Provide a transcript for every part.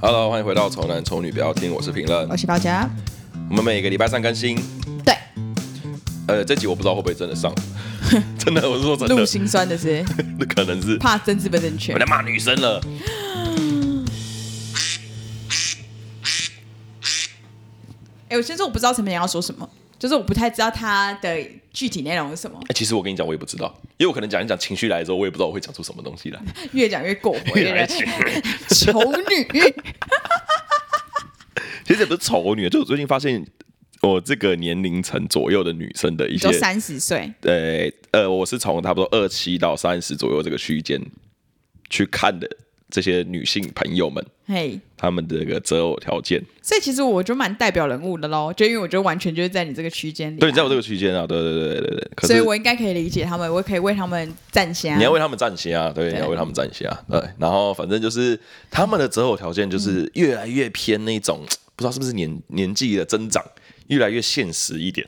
Hello，欢迎回到《丑男丑女》，不要听，我是评论我。是高佳。我们每个礼拜三更新。对，呃，这集我不知道会不会真的上， 真的，我是说真录的，心酸的是那可能是怕政治不正确我。在骂女生了。哎，我先说我不知道陈美阳要说什么，就是我不太知道他的具体内容是什么，哎其实我跟你讲，我也不知道，因为我可能讲一讲情绪来的时候，我也不知道我会讲出什么东西来。越讲越过火，越来 来情丑女。其实也不是丑女，就我最近发现，我这个年龄层左右的女生的一你些说，三十岁，呃呃，我是从差不多二七到三十左右这个区间去看的这些女性朋友们，嘿，她们的这个择偶条件。所以其实我就蛮代表人物的喽，就因为我觉得完全就是在你这个区间里啊，对，你在我这个区间啊，对对对对对。可所以是我应该可以理解他们，我可以为他们站下。你要为他们站些啊，对，对你要为他们站些啊，对。然后反正就是他们的择偶条件嗯就是越来越偏那种，不知道是不是年年纪的增长，越来越现实一点。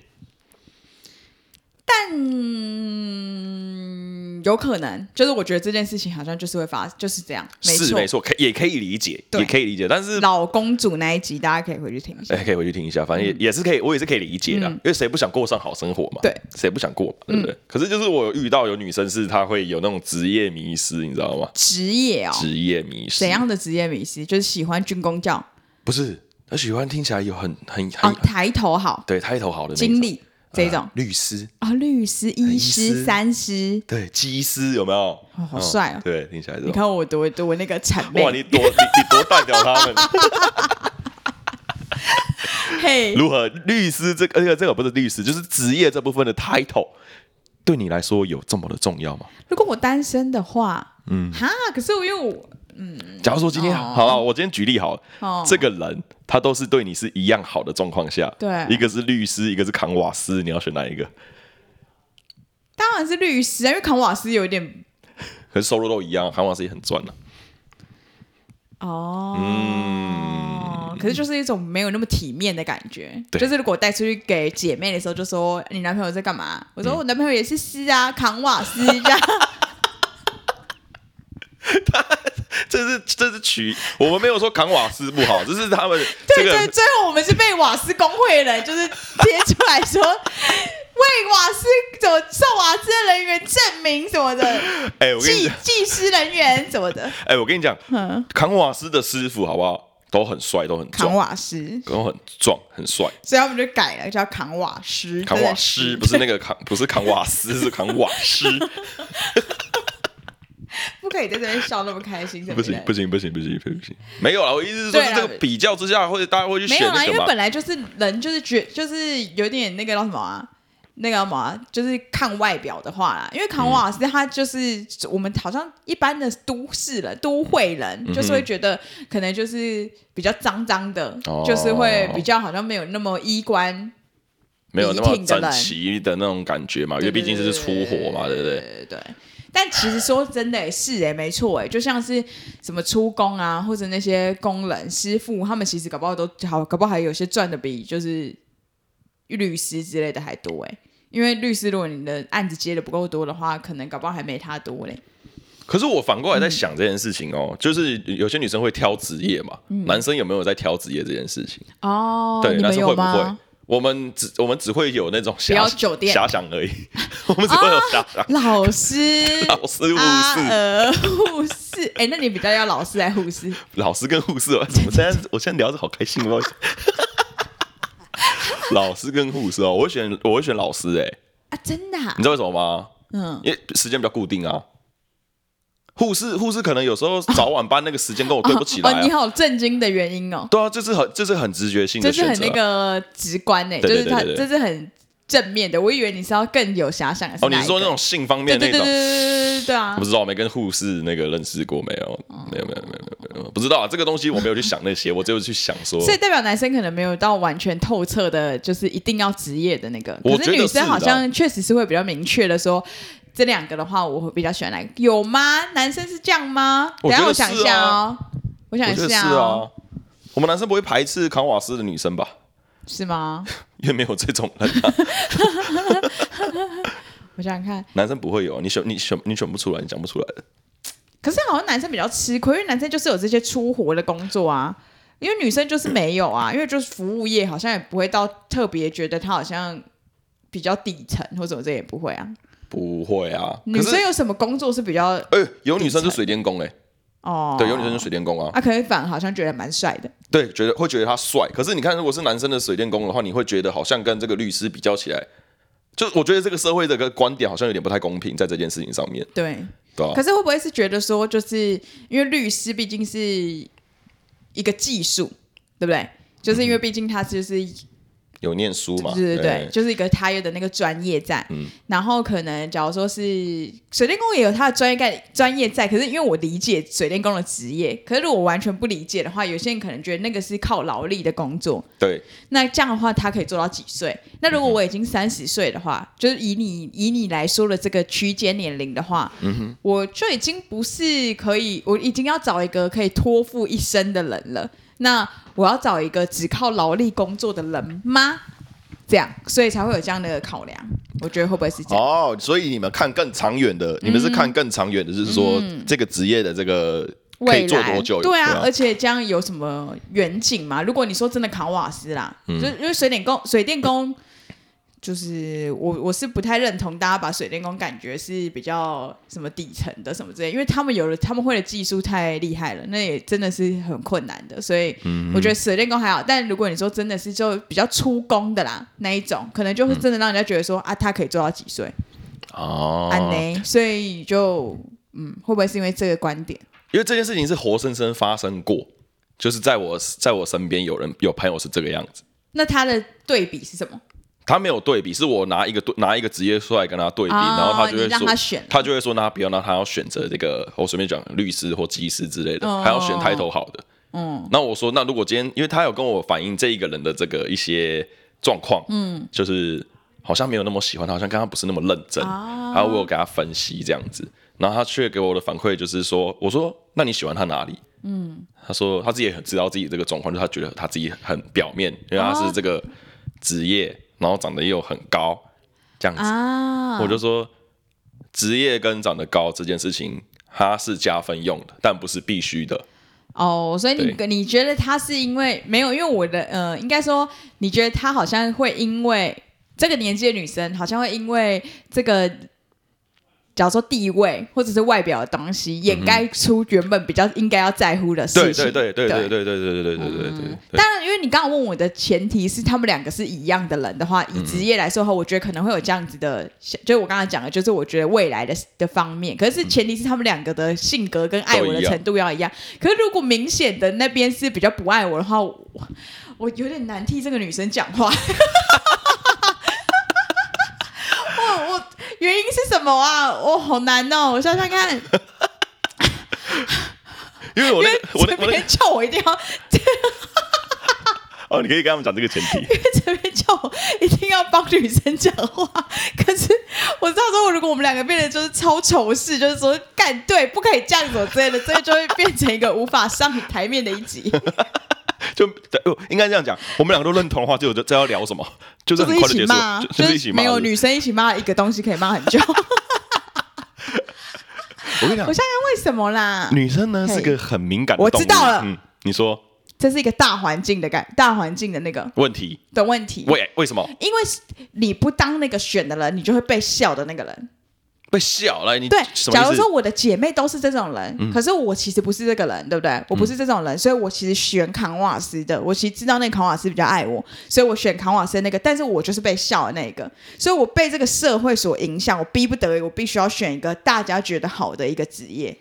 嗯有可能，就是我觉得这件事情好像就是会发，就是这样，是错没。错，可也可以理解，对也可以理解，但是老公主那一集大家可以回去听一下。哎，可以回去听一下，反正也、也是可以，我也是可以理解的啊、因为谁不想过上好生活嘛？嗯对，嗯谁不想过嘛？对不对？可是就是我有遇到有女生是她会有那种职业迷失，你知道吗？职业哦，职业迷失怎？样的职业迷失？就是喜欢军工教不是，她喜欢听起来有很很很、啊，抬头好，对 title 好的那种经理这啊种律师，啊，律师、医哎医师、师三师，对技师有没有？哦好嗯帅哦对，听起来这种。你看我多多那个谄哇，媚，你多你你多代表 他们嘿， 如何？律师这个这个这个不是律师，就是职业这部分的 title，对你来说有这么的重要吗？如果我单身的话，嗯，哈，可是我因为我假如说今天、哦好了，我今天举例好了，哦这个人他都是对你是一样好的状况下，对一个是律师，一个是扛瓦斯，你要选哪一个？当然是律师啊，因为扛瓦斯有一点可是收入都一样，扛瓦斯也很赚啊呢、哦，嗯可是就是一种没有那么体面的感觉。对就是如果带出去给姐妹的时候，就说你男朋友在干嘛？我嗯说我男朋友也是师啊，扛 瓦斯这样。这是这是取，我们没有说扛瓦斯不好，这是他们这对个对，最后我们是被瓦斯工会的人就是贴出来说，为瓦斯怎么受瓦斯的人员证明什么的，哎、 我跟你技讲，技师人员什么的， 哎、我跟你讲，嗯扛瓦斯的师傅好不好，都很帅，都很扛壮，瓦斯，都很壮，很帅。所以他们就改了叫扛瓦师，扛真的瓦斯不是那个扛，不是扛瓦 斯，是扛瓦斯。不可以在这边笑那么开心，不行不行。行不行不行不行，没有啦，我意思是说，对啦啊这个比较之下，会大家会去没选有啦，那因个为嘛本。来就是人，就是觉就是有点那个叫什么啊，那个叫什么啊，就是看外表的话啦。因为扛嗯瓦斯他就是、我们好像一般的都市人、都会人，就是嗯会觉得可能就是比较脏脏的，哦就是会比较好像没有那么衣冠，没有那么笔挺的整人齐的那种感觉嘛，因为毕竟这是出货嘛，对不对？对对。但其实说真的、是哎、没错哎、就像是什么出工啊，或者那些工人、师傅，他们其实搞不好都好，搞不好还有些赚的比就是律师之类的还多哎、因为律师，如果你的案子接的不够多的话，可能搞不好还没他多嘞。可是我反过来嗯在想这件事情哦，就是有些女生会挑职业嘛，嗯男生有没有在挑职业这件事情？哦对，男生会不会吗？？我们只我们只会有那种不遐要酒店遐想而已， 我们只会有遐想。、老 师老师、护阿士、娥、护士，哎、那你比较要老师还是 护士？老师跟护士，我现在 我现在聊着好开心哦。 老师跟护士哦，我会选我会选老师哎、啊，真的、啊你，知道为什么吗？嗯，因为时间比较固定啊。护士护士可能有时候早晚班那个时间跟我对不起来、哦，你啊，好震惊的原因哦。对啊，这是很这是很直觉性这的是选很择那啊、个直观呢、对对就是他对对对这是很正面的。我以为你是要更有遐想的是哦，你哪一个，是说那种性方对面对那对对种？对对对啊我不！知道，没跟护士那个认识过没有？没有没有没有没有没有，不知道、啊、这个东西我没有去想那些，我只有去想说，所以代表男生可能没有到完全透彻的，就是一定要职业的那个。我可觉是得女生是好的像确实是会比较明确的说，这两个的话，我会比较喜欢哪个？有吗？男生是这样吗？我等一觉下得我想一下哦，我想我一觉得是下哦，啊，我们男生不会排斥扛瓦斯的女生吧？是吗？因为没有这种人、啊，我想想看，啊男生不会有，你选你选你选不出来，你讲不出来的。可是好像男生比较吃亏，因为男生就是有这些粗活的工作啊，因为女生就是没有啊，因为就是服务业好像也不会到特别觉得他好像比较底层或者这也不会啊。不会啊，女可是生有什么工作是比较哎、有女生就水电工哎、哦？对，有女生就水电工啊，啊，可是反而好像觉得蛮帅的。对，觉得会觉得他帅。可是你看，如果是男生的水电工的话，你会觉得好像跟这个律师比较起来，就我觉得这个社会的个观点好像有点不太公平，在这件事情上面，对，对吧、可是会不会是觉得说，就是因为律师毕竟是一个技术，对不对？就是因为毕竟他就是有念书嘛，哎嗯对对对，就是一个他有的那个专业在。然后可能假如说是水电工也有他的专业概专业在，可是因为我理解水电工的职业，可是如果我完全不理解的话，有些人可能觉得那个是靠劳力的工作。对那这样的话，他可以做到几岁？那如果我已经三十岁的话，就是以你以你来说的这个区间年龄的话，我就已经不是可以，我已经要找一个可以托付一生的人了。那我要找一个只靠劳力工作的人吗？这样，所以才会有这样的考量。我觉得会不会是这样？嗯哦，所以你们看更长远的，你们是看更长远的，就是说这个职业的这个可以未做来多久？对啊，而且这样有什么远景吗？如果你说真的扛瓦斯啦，嗯就因为水电工，水电工就是我我是不太认同大家把水电工感觉是比较什么底层的什么之类，因为他们有了他们会的技术太厉害了，那也真的是很困难的，所以嗯我觉得水电工还好。但如果你说真的是就比较出工的啦那一种，可能就会真的让人家觉得说、啊，他可以做到几岁哦安呢、所以就嗯，会不会是因为这个观点？因为这件事情是活生生发生过，就是在我在我身边有人有朋友是这个样子，那他的对比是什么？他没有对比，是我拿一个对拿一个职业出来跟他对比，哦然后他就会你让说他选嗯他就会说那他不要，那他要选择这个，我随便讲律师或技师之类的，哦他要选抬头好的。嗯，那我说那如果今天，因为他有跟我反映这一个人的这个一些状况，嗯，就是好像没有那么喜欢他，好像刚刚不是那么认真，啊然后我有给他分析这样子，然后他却给我的反馈就是说，我说那你喜欢他哪里？嗯他说他自己也很知道自己这个状况，就是他觉得他自己很表面，因为他哦是这个职业，然后长得又很高，这样子。啊，我就说，职业跟长得高这件事情，它是加分用的，但不是必须的。哦，所以你对你觉得他是因为没有，因为我的呃，应该说你觉得他好像会因为这个年纪的女生，好像会因为这个，假如说地位或者是外表的东西，掩盖出原本比较应该要在乎的对事嗯情。对对对对对对对对。对对对对对对。当然，因为你刚刚问我的前提是他们两个是一样的人的话，以职业来说的话，我觉得可能会有这样子的，就是我刚才讲的，就是我觉得未来的的方面，可是前提是他们两个的性格跟爱我的程度要一样。嗯可是如果明显的那边是比较不爱我的话，我我有点难替这个女生讲话。 我我原因是什么啊？我好难哦，我想想看，因因为我那为个我那我这那边叫我一定要哦，你可以跟他们讲这个前提。 这边叫我一定要帮女生讲话，可是我知道说，如果我们两个变得就是超仇视，就是说干对不可以这样子之类的，所以就会变成一个无法上台面的一 集，就对，哦应该这样讲，我们两个都认同的话，就有这要聊什么，就是是很一快就起结束骂 啊，，就就是一起是骂没。有是不是女生一起骂一个东西可以骂很久，我我跟你讲想，想为什么 啦？女生呢嘿是个很敏感的我动物知道了嗯，你说这是一个大环境的感，大环境的那个问题的问题，为为什么因为你不当那个选的人，你就会被笑的那个人。被笑来？你对，什么意假如思嗯说我的姐妹都是这种人，可是我其实不是这个人，对不对？我不是这种人，所以我其实选扛瓦斯的。我其实知道那个扛瓦斯比较爱我，所以我选扛瓦斯的那个，但是我就是被笑的那个，所以我被这个社会所影响，我逼不得已，我必须要选一个大家觉得好的一个职业，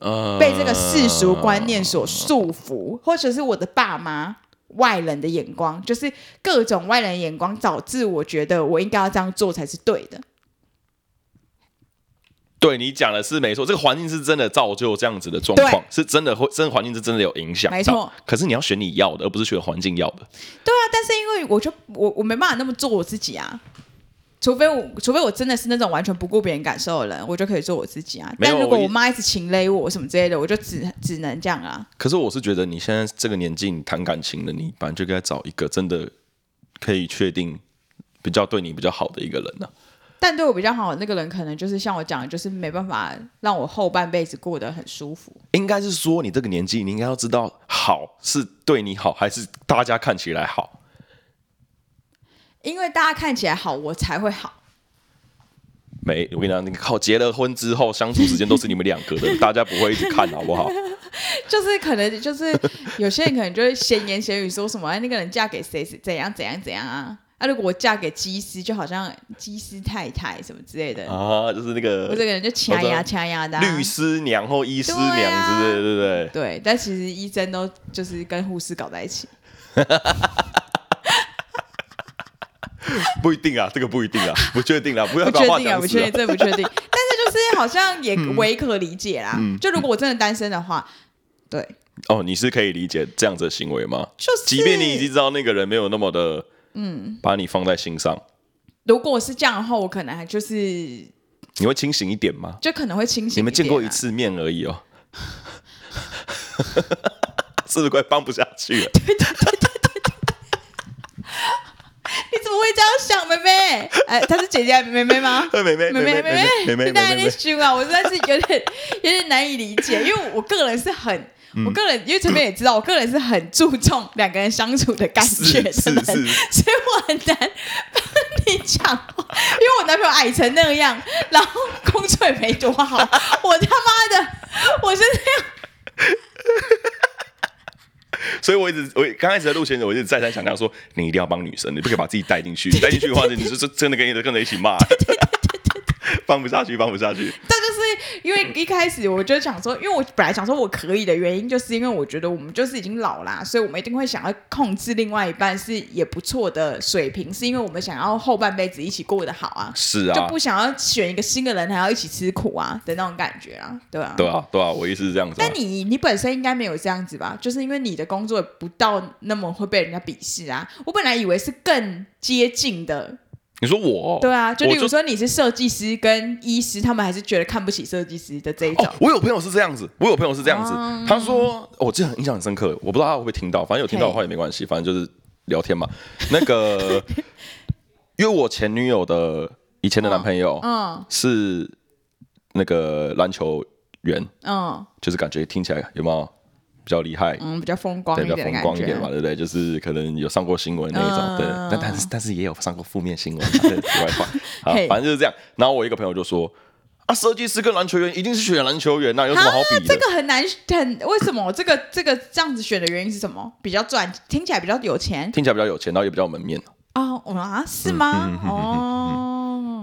呃被这个世俗观念所束缚，或者是我的爸妈。外人的眼光，就是各种外人的眼光，导致我觉得我应该要这样做才是对的。对你讲的是没错，这个环境是真的造就这样子的状况对，是真的会，真的环境是真的有影响。没错，可是你要选你要的，而不是选环境要的。对啊，但是因为我就我我没办法那么做我自己啊，除非我除非我真的是那种完全不顾别人感受的人，我就可以做我自己啊。没有但如果我一我妈一直情勒我什么之类的，我就只只能这样啊。可是我是觉得你现在这个年纪你谈感情的，你本来就该找一个真的可以确定比较对你比较好的一个人呐、啊但对我比较好的那个人，可能就是像我讲的，就是没办法让我后半辈子过得很舒服。应该是说你这个年纪，你应该要知道好是对你好，还是大家看起来好。因为大家看起来好，我才会好。没，我跟你讲，你靠结了婚之后相处时间都是你们两个的，大家不会一直看好不 好？就是可能就是有些人可能就会闲言闲语说什么，哎，那个人嫁给谁谁怎样怎样怎样啊？啊，如果我嫁给基师，就好像基师太太什么之类的，啊，就是那 个我这个人就掐我知牙道掐牙的、啊律。师娘或医师对啊娘之类的，对不对？对，但其实医生都就是跟护士搞在一起。不一定啊，这个不一定 啊，不确定啊，不要不把确话定啊，讲不死确啊定，。 这不确定。但是就是好像也唯可理解啦。嗯就如果我真的单身的话，对，哦，你是可以理解这样子的行为吗？就是即便你已经知道那个人没有那么的，嗯，把你放在心上，如果是这样的话，我可能还就是你会清醒一点吗？就可能会清醒、你们见过一？次面而已哦，啊 是不是快帮不下去 了？ 你怎么会这样想，妹妹？哎，她是姐姐还是妹妹吗？哎妹 妹妹妹妹妹妹妹妹妹妹，大家妹在妹，凶啊！我实在是有点 有点难以理解，因为我个人是很。嗯我个人，因为陈妹也知道，我个人是很注重两个人相处的感觉的人，是是是所以我很难帮你讲话，因为我男朋友矮成那样，然后工作也没多好，我他妈的，我是那样，所以我一直我刚开始在录前，我一直再三强调说，你一定要帮女生，你不可以把自己带进去，带进去的话，你就是真的跟你的跟着一起骂， 帮不下去，帮不下去。但 就是因为一开始我就想说，因为我本来想说我可以的原因，就是因为我觉得我们就是已经老啦，所以我们一定会想要控制另外一半是也不错的水平，是因为我们想要后半辈子一起过得好啊，是就啊不，想要选一个新的人还要一起吃苦啊的那种感觉啊，对啊，对啊，对啊，我意思是这样子啊、但你你本身应该没有这样子吧？就是因为你的工作不到那么会被人家鄙视啊。我本来以为是更接近的，你说我，对啊，就我例如说你是设计师跟医师，他们还是觉得看不起设计师的这一种哦。，我有朋友是这样子，我有朋友是这样子，嗯他说，哦我记得很印象很深刻，我不知道他会不会听到，反正有听到的话也没关系，反正就是聊天嘛。那个， 因为我前女友的以前的男朋友嗯是那个篮球员，嗯就是感觉听起来有没有比较厉害？嗯，比较风光对，一比较点的风感光一点嘛，觉。对不对？就是可能有上过新闻那一种，嗯对。但但是但是也有上过负面新闻嘛， 这是题外话。好，嘿反正就是这样。然后我一个朋友就说：“啊，设计师跟篮球员一定是选篮球员呐、有什么好比的啊这？”个很难很，为什么这个这个这样子选的原因是什么？比较赚，听起来比较有钱听起来嗯比较有钱，然后也比较有门面，哦，我啊是吗？嗯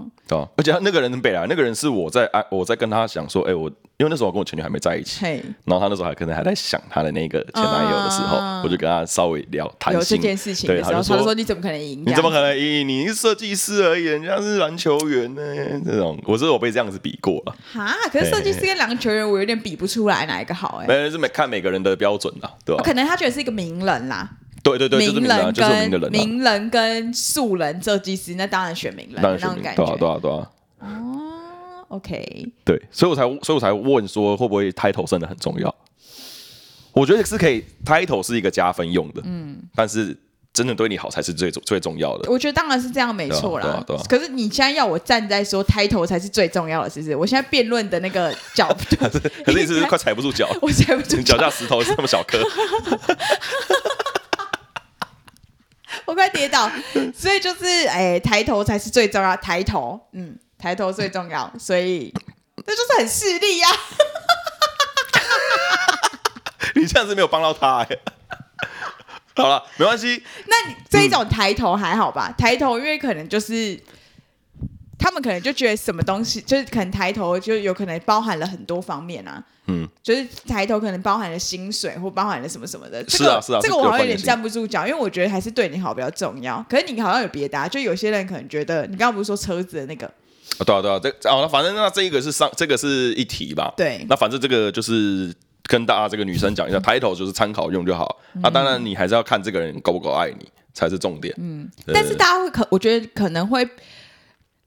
哦，对吧？而且他那个人很北来，那个人是我在啊，我在跟他讲说，哎、我因为那时候我跟我前女友还没在一起，嘿，然后他那时候还可能还在想他的那个前男友的时候，啊我就跟他稍微聊谈有这心件事情对，的他时候，就他就说说你怎么可能赢？你怎么可能赢？你是设计师而已，人家是篮球员呢、这种我是我被这样子比过啊了，哈，可是设计师跟篮球员，我有点比不出来哪一个好哎、没人是每看每个人的标准啦，对吧、可能他觉得是一个名人啦，对对对，就是名人啊，人就是我跟们的人啊，名人跟素人设计师，那当然选名人当的然那是种名感对啊对觉。啊对啊，哦，OK，对，所以我才所以我才问说会不会 title 真的很重要？我觉得是可以，title 是一个加分用的，嗯，但是真的对你好才是最最重要 的。我觉得当然是这样没错对啦啊对啊。可是你现在要我站在说 title 才是最重要的，是不是？我现在辩论的那个角 度，可是你是不是快踩不住 脚？我踩不住你脚下石头是那么 小颗，我快跌倒，所以就是哎、抬头才是最重要，抬头，嗯，抬头最重要，所以这就是很势利呀、你这样子没有帮到他、欸。好了，没关系，那你这一种抬头还好吧？抬头因为可能就是他们可能就觉得什么东西，就是可能抬头就有可能包含了很多方面啊。嗯，就是抬头可能包含了薪水或包含了什么什么的。这是个啊是啊这个这我个好有像有关联点性站不住脚，因为我觉得还是对你好比较重要。可是你好像有别的、啊，就有些人可能觉得你刚刚不是说车子的那个，啊，对啊，对啊，这哦，那反正那这一个是上，这个是一题吧？对那反正这个就是跟大家这个女生讲一下，title 就是参考用就好。那、当然你还是要看这个人够不够爱你才是重点。嗯，但是大家会可，我觉得可能会，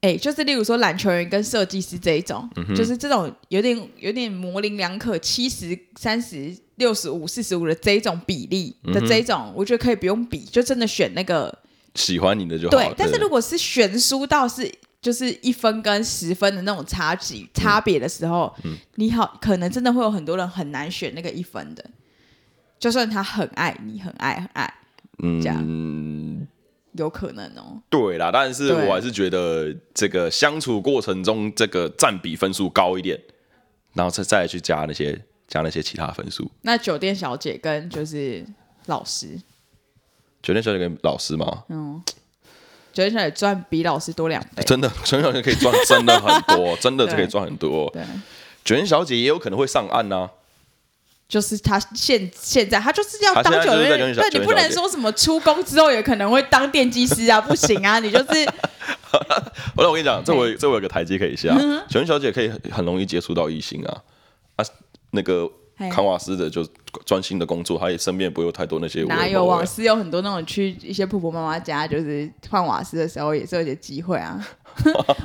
哎、就是例如说篮球人跟设计师这一种，嗯就是这种有点有点模棱两可，七十、三十、六十五、四十五的这一种比例嗯的这一种，我觉得可以不用比，就真的选那个喜欢你的就好。对。但是如果是悬殊到是就是一分跟十分的那种差嗯距差别的时候，你好，可能真的会有很多人很难选那个一分的，就算他很爱你，很爱很爱，这样嗯，有可能哦。对啦，但是对我还是觉得这个相处过程中，这个占比分数高一点，然后再再去加那些加那些其他分数。那酒店小姐跟就是老师，酒店小姐跟老师嘛，嗯，酒店小姐赚比老师多两倍，真的， 酒店小姐可以赚真的很多，真的就可以赚很多。对，酒店小姐也有可能会上岸呐、啊就是她现现在她就是要她当现在酒就是在店，酒店小对酒你店不能小姐说什么出宫之后有可能会当电机师啊，不行啊，你 就是好了，我跟你讲，这嗯我这我有个台阶可以下，酒店小姐可以很很容易接触到异性啊啊，那个嘿康瓦斯的就专心的工作，她也身边不会有太多那些微哪博有啊瓦斯有很多那种去一些婆婆妈妈家，就是换瓦斯的时候也是有些机会啊。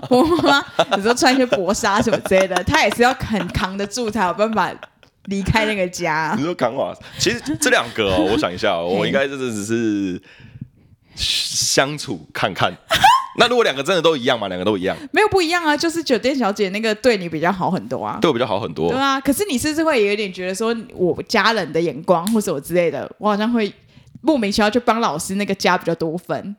婆婆妈妈有时候穿一些薄纱什么之类的，她也是要很扛得住才有办法离开那个家啊你。说扛瓦斯，其实这两个、哦，我想一下、哦，我应该就是只是相处看看。 那如果两个真的都一样嘛，两个都一样，没有不一样啊，就是酒店小姐那个对你比较好很多啊。对我比较好很多对。啊，可是你是不是会有点觉得说，我家人的眼光或者我之类的，我好像会莫名其妙就帮老师那个家比较多分。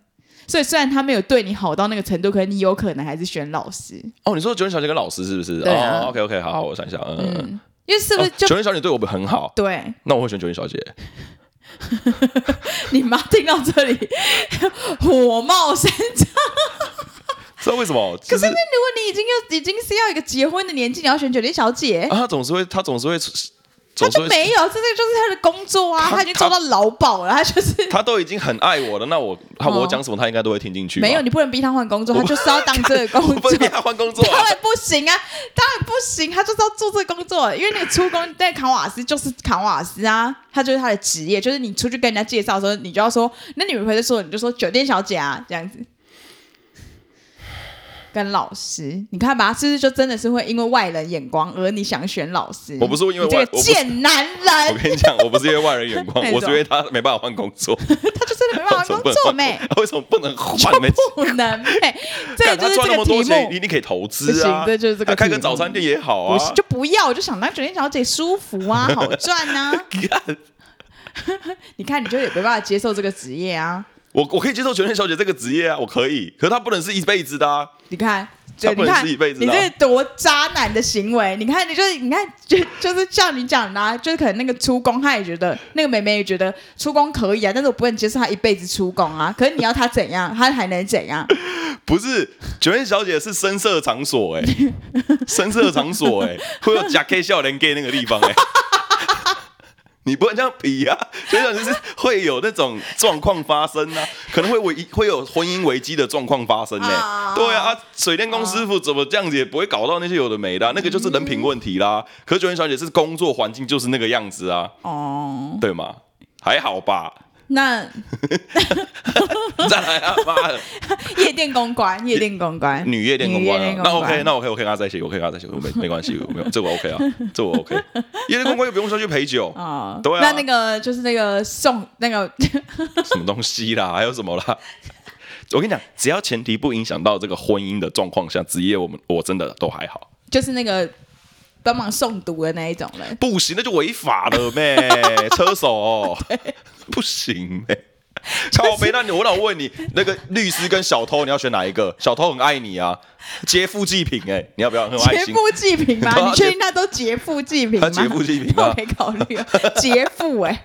所以虽然他没有对你好到那个程度，可是你有可能还是选老师。哦，你说九点小姐跟老师是不是？对啊哦，OK OK，好好，我想一下，嗯，嗯嗯嗯，因为是不是哦就、九点小姐对我们很好，对那我会选九点小姐。你妈听到这里火冒三丈？知道为什么？ 可就是是因为如果你已经要已经是要一个结婚的年纪，你要选酒店小姐，啊，她总是会，她总是会，她总是就会，没有，这个就是她的工作啊，她她已经做到劳保了，她就是。她都已经很爱我了，那我她哦我讲什么，她应该都会听进去吧。 没有，你不能逼她换工作，她就是要当这个我工不作能。给她换工作啊。当然不行啊，当然不行，他就是要做这个工作，因为那个出工在扛瓦斯就是扛瓦斯啊，他就是他的职业，就是你出去跟人家介绍的时候，你就要说，那你们回来说，你就说酒店小姐啊这样子。跟老师，你看吧，是不是就真的是会因为外人眼光而你想选老师？我不是因为你这外个贱男 我人，跟你讲，我不是因为外人眼光 那，你我是说因为她没办法换工作。他就真的没办 法怎么工不能作换没，为什么不能就换呢？不能配，这个 干就他是赚那么这多个题钱，你目。你可以投不资啊，行这就是这个啊开个题目早餐店也好啊 不。是就不要，我就想当酒店小姐舒服啊，好赚啊。你看，你就也没办法接受这个职业啊。我我可以接受酒店小姐这个职业啊，我可以，可是她不能是一辈子的啊。你看，就他不你能看，是一辈子你的啊这多渣男的行为！你看，你就是你看，就就是像你讲的、啊，就是可能那个出工，他也觉得那个妹妹也觉得出工可以啊，但是我不能接受他一辈子出工啊。可是你要他怎 样，他还能怎样？不是酒店小姐是深色场所哎、深色场所哎、会有假 K 笑脸 gay 那个地方哎、你不能这样比啊！酒店小姐是会有那种状况发生啊，可能会危会有婚姻危机的状况发生呢、啊对啊，啊水电工师傅怎么这样子也不会搞到那些有的没的啊、那个就是人品问题啦。可是酒店小姐是工作环境就是那个样子啊，哦，对吗？还好吧？ 那再来啊，妈的！夜店公关，夜店公关，女夜店公关、啊，那公 OK，那 OK，我可以跟他在一起，我可以跟他在一起，我没没关系，我没有这我 OK 啊，这我 OK。夜店公关又不用说去陪酒，哦，对啊那那个就是那个送那个 什么东西啦，还有什么啦？ 我跟你讲，只要前提不影响到这个婚姻的状况下，职业我们我真的都还好。就是那个帮忙送毒的那一种人。不行，那就违法了咩，车手、不行咩。靠北，那你我老问你，那个律师跟小偷，你要选哪一个？小偷很爱你啊，劫富济贫哎、你要不要很有爱劫心？富济贫吗？对啊你确定他都劫富济贫吗？他劫富济贫啊我没考虑啊，劫富哎、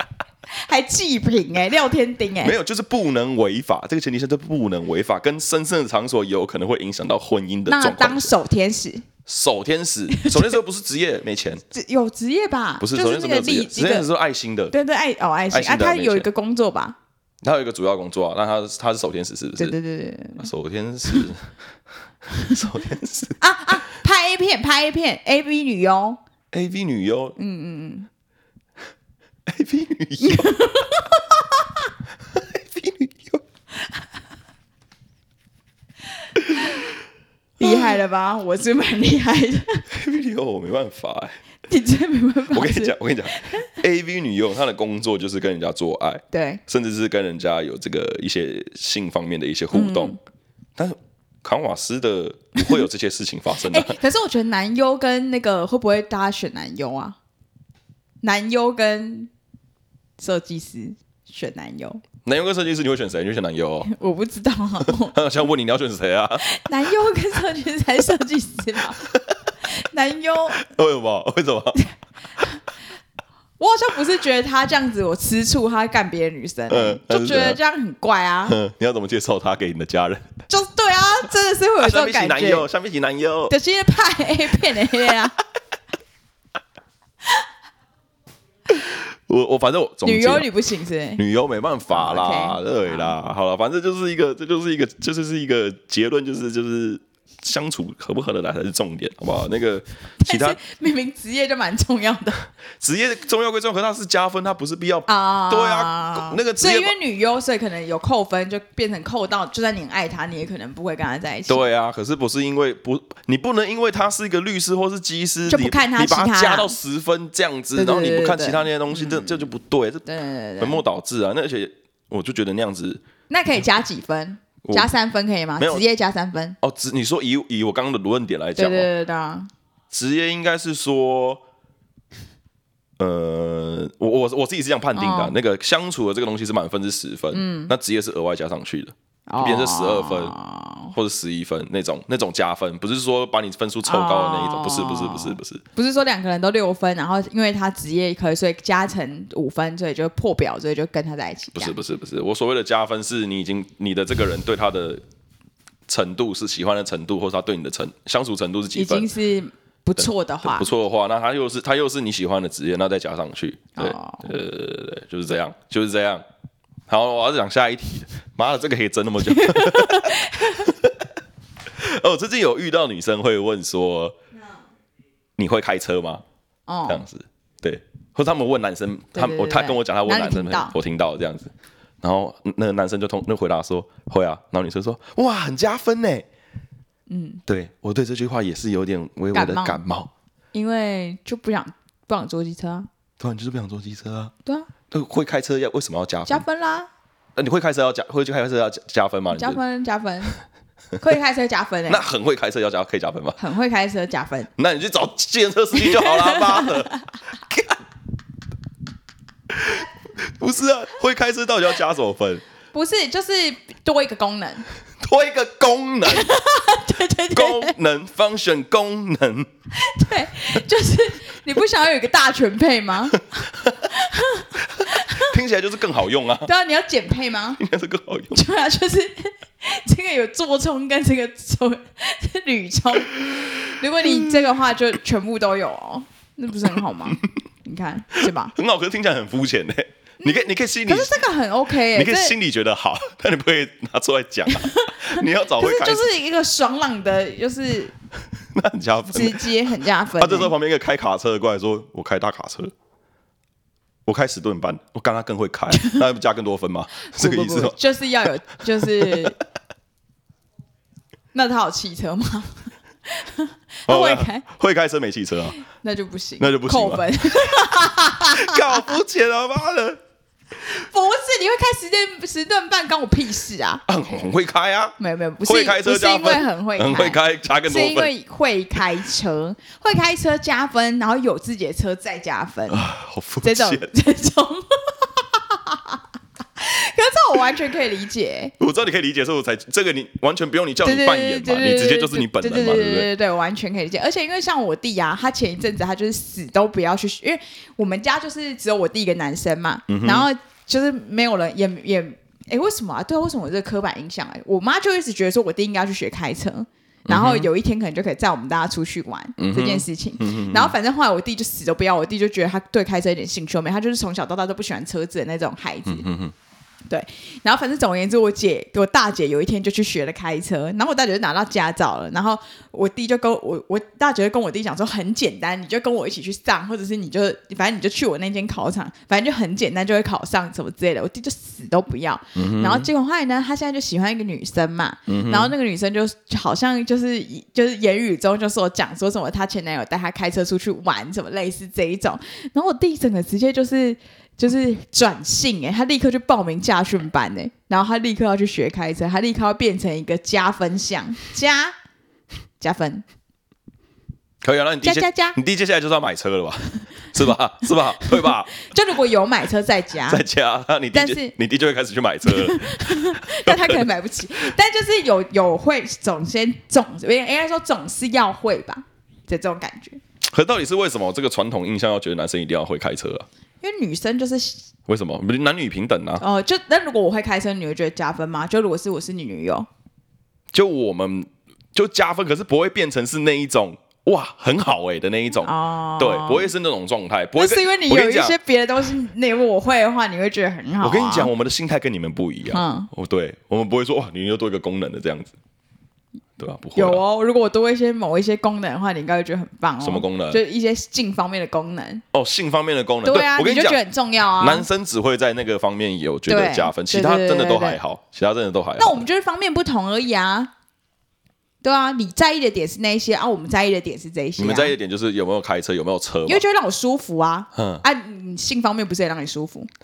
还济贫哎，廖天丁哎、没有，就是不能违法。这个前提是这不能违法，跟神圣的场所有可能会影响到婚姻的那状当况下。守天使守天 使，守天使又不是职业，没钱，这有职业吧？不是 就守是天使那没有职业，个利守一天使个是爱心的，对对爱哦爱心爱心啊，的他没有一钱个工作吧？他有一个主要工作啊，那他他是守天使是不对是？对对对对守天使， 守天使啊啊！拍 A 片拍 A 片 A V 女优， ，A V 女优，嗯嗯嗯，A V 女优，A V 女优，厉害了吧？我是蛮厉害的， a V 女优，我没办法哎、你真没办法。我跟你讲，，我跟你讲，A V 女优她的工作就是跟人家做爱。对，嗯甚至是跟人家有这个一些性方面的一些互动。但是扛瓦斯的不会有这些事情发生的、 哎、可是我觉得男优跟那个会不会大家选男优啊？男优跟设计师选男优，男优跟设计师你会选谁？你会选男优、哦？ 我不知道、啊，想问你你要选谁啊？ 男优跟设计师才是设计师吧？ 男优，为什么？ 为什么？我好像不是觉得他这样子，我吃醋，他干别的女生、欸嗯就觉得这样很怪啊，嗯你要怎么介绍他给你的家人？就对 啊，真的是会有这下种面感是男觉。优，下面是男优。就是拍 A 片的黑啊，我我反正我总女结啊优你不行是不是？女优没办法啦， OK，对啦，好了，反正就是一个，这就是一个，这就是一个结论，就是就是相处合不合得来才是重点，好不好？那个其他但是明明职业就蛮重要的职业重要归重要，可它是加分，它不是必要。啊。对啊那个职所业以因为女优，所以可能有扣分，就变成扣到，就算你很爱她，你也可能不会跟她在一起。对啊，可是不是因为不，你不能因为他是一个律师或是技师，就不你看他你把其他他加啦到十分这样子，对对然后你不对看对其他那些东西，这这就不对，这对对对本对，末倒置啊！那而且我就觉得那样子，那可以加几分？我加三分可以吗？没有职业加三分。哦，只你说以以我刚刚的论点来对讲、对哦，对对啊！职业应该是说，呃，我我我自己是这样判定的啊、哦那个相处的这个东西是满分是十分，嗯，那职业是额外加上去的，哦变成12分或者十一分那种那种加分，不是说把你分数凑高的那一种，哦不是不是不是不是，不是说两个人都六分，然后因为他职业可以，所以加成五分，所以就破表，所以就跟他在一起。不这是样不是不是，我所谓的加分是你已经你的这个人对他的程度是喜欢的程度，或者他对你的程相处程度是几已分经，是不错的话，不错的话，那他又是他又是你喜欢的职业，那再加上去，对，哦对对对对对，就是这样，就是这样。好，我要讲下一题。妈的，这个可以争那么久。 哦，我最近有遇到女生会问说，你会开车吗？哦这样子，对，或者他们问男生，对他们我对对他跟我讲，他问男生然后，你我听到这样子，然后那个男生就通那回答说会啊，然后女生说哇，很加分呢。嗯，对我对这句话也是有点微微的感冒感冒因为就不想不想坐机车啊。突然就是不想坐机车啊。对啊，呃会开车要为什么要加分？加分啦，呃你会开车要加，会去开车要加加分吗？你觉加得。分加 分，可以开车加分哎、那很会开车要加可以加分吗？很会开车加分，那你去找计程车司机就好了，妈 的！ 不是啊，会开车到底要加什么分？不是就是多一个功能， 多一个功能，对对对功能 function 功能，对，就是你不想要有一个大全配吗？ 听起来就是更好用 啊，对啊，你要减配吗？ 应该是更好用。对啊，就是这个有座充跟这个 充铝充，如果你这个话就全部都有哦，那不是很 好吗？你看是吧？很好，可是听起来很肤浅呢。你可以，你可以心里嗯可，是这个很 OK 哎、嗯你可以这心里觉得好， 但你不会拿出来讲 啊。你要找可会是开车，就是一个爽朗的，就是那很加分直欸。接很加分、他欸这时候旁边一个开卡车的过来说：“我开大卡车，我开十吨半，我刚刚更会 开，那不加更多分吗？这个意思吗不不不就是要有，就是 那他有汽车吗？ 哦不会那开 会开车没汽车啊， 那就不行，那就不行扣了分。搞肤浅啊，妈的，不是，你会开十吨十吨半，关我屁事啊！啊很很会开啊，没有没有，不是会开车不是加因为分，很会很会，开，加更是多因分，为会开车，会开车加分，然后有自己的车再加分，啊好肤这浅 种。这种。 可是这我完全可以理解，我知道你可以理解，所以我才这个你完全不用你叫对你对扮演嘛，对对你直接就是你本人嘛，对对对不对？对对，我完全可以理解。而且因为像我弟啊，他前一阵子他就是死都不要去，因为我们家就是只有我弟一个男生嘛，然后就是没有人也也哎，为什么啊？对啊，为什么我这个刻板印象啊？我妈就一直觉得说我弟应该要去学开车。然后有一天可能就可以载我们大家出去玩、这件事情，然后反正后来我弟就死都不要，我弟就觉得他对开车一点兴趣都没有，他就是从小到大都不喜欢车子的那种孩子，嗯对，然后反正总而言之，我姐我大姐有一天就去学了开车，然后我大姐就拿到驾照了，然后我弟就跟我我大姐就跟我弟讲说很简单，你就跟我一起去上，或者是你就反正你就去我那间考场，反正就很简单就会考上什么之类的。我弟就死都不要，然后结果后来呢，他现在就喜欢一个女生嘛，然后那个女生就就好像就是以就是言语中就说讲说什么她前男友带她开车出去玩什么类似这一种，然后我弟整个直接就是就是转性哎、他立刻去报名驾训班哎、然后他立刻要去学开车，他立刻要变成一个加分项，加加分，可以啊，那你第一加加接加。你第一接下来就是要买车了吧？ 是吧？是吧？对 吧？就如果有买车再加，在家， 那你弟啊但就是你弟就会开始去买车了。 但他可能买不起。但就是有有会总先总，应该说总是要会吧的这种感觉，可到底是为什么这个传统印象要觉得男生一定要会开车啊？因为女生就是为什么？不是男女平等啊？哦，就那如果我会开车，你会觉得加分吗？就如果是我是你女友，就我们就加分，可是不会变成是那一种哇很好哎、的那一种，哦，对，不会是那种状态，不会那跟是因为你我跟有一讲些别的东西，你如果我会的话，你会觉得很好、啊我跟你讲，，我们的心态跟你们不一样。嗯哦，对，我们不会说哇，你又多一个功能的这样子，对吧、不会啊有哦。如果我多一些某一些功能的话，你应该会觉得很棒哦。什么功能就一些性方面的功能。哦，性方面的功能，对啊，我跟就讲觉，得很重要啊。男生只会在那个方面有觉得对加分，其对他对对真的都对对还好，其他真的都还好。那我们就是方面不同而已啊。对啊，你在意的点是那一些啊，我们在意的点是这一些、啊。你们在意的点就是有没有开车，有没有车嘛因为就会让我舒服啊。嗯啊，你性方面不是也让你舒服？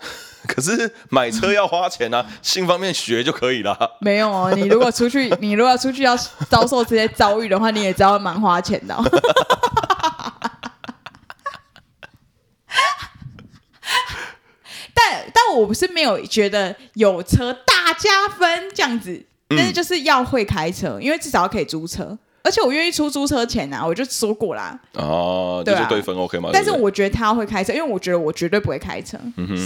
可是买车要花钱啊，性方面学就可以啦。没有哦，你如果出去，你如果要出去要遭受这些遭遇的话，你也知道蛮花钱的、哦。 但但我不是没有觉得有车大加分这样子，嗯但是就是要会开车，因为至少可以租车，而且我愿意出租车钱啊，我就说过啦。哦，对就啊是对分 OK 嘛。但是对不对嗯我觉得他会开车，因为我觉得我绝对不会开车，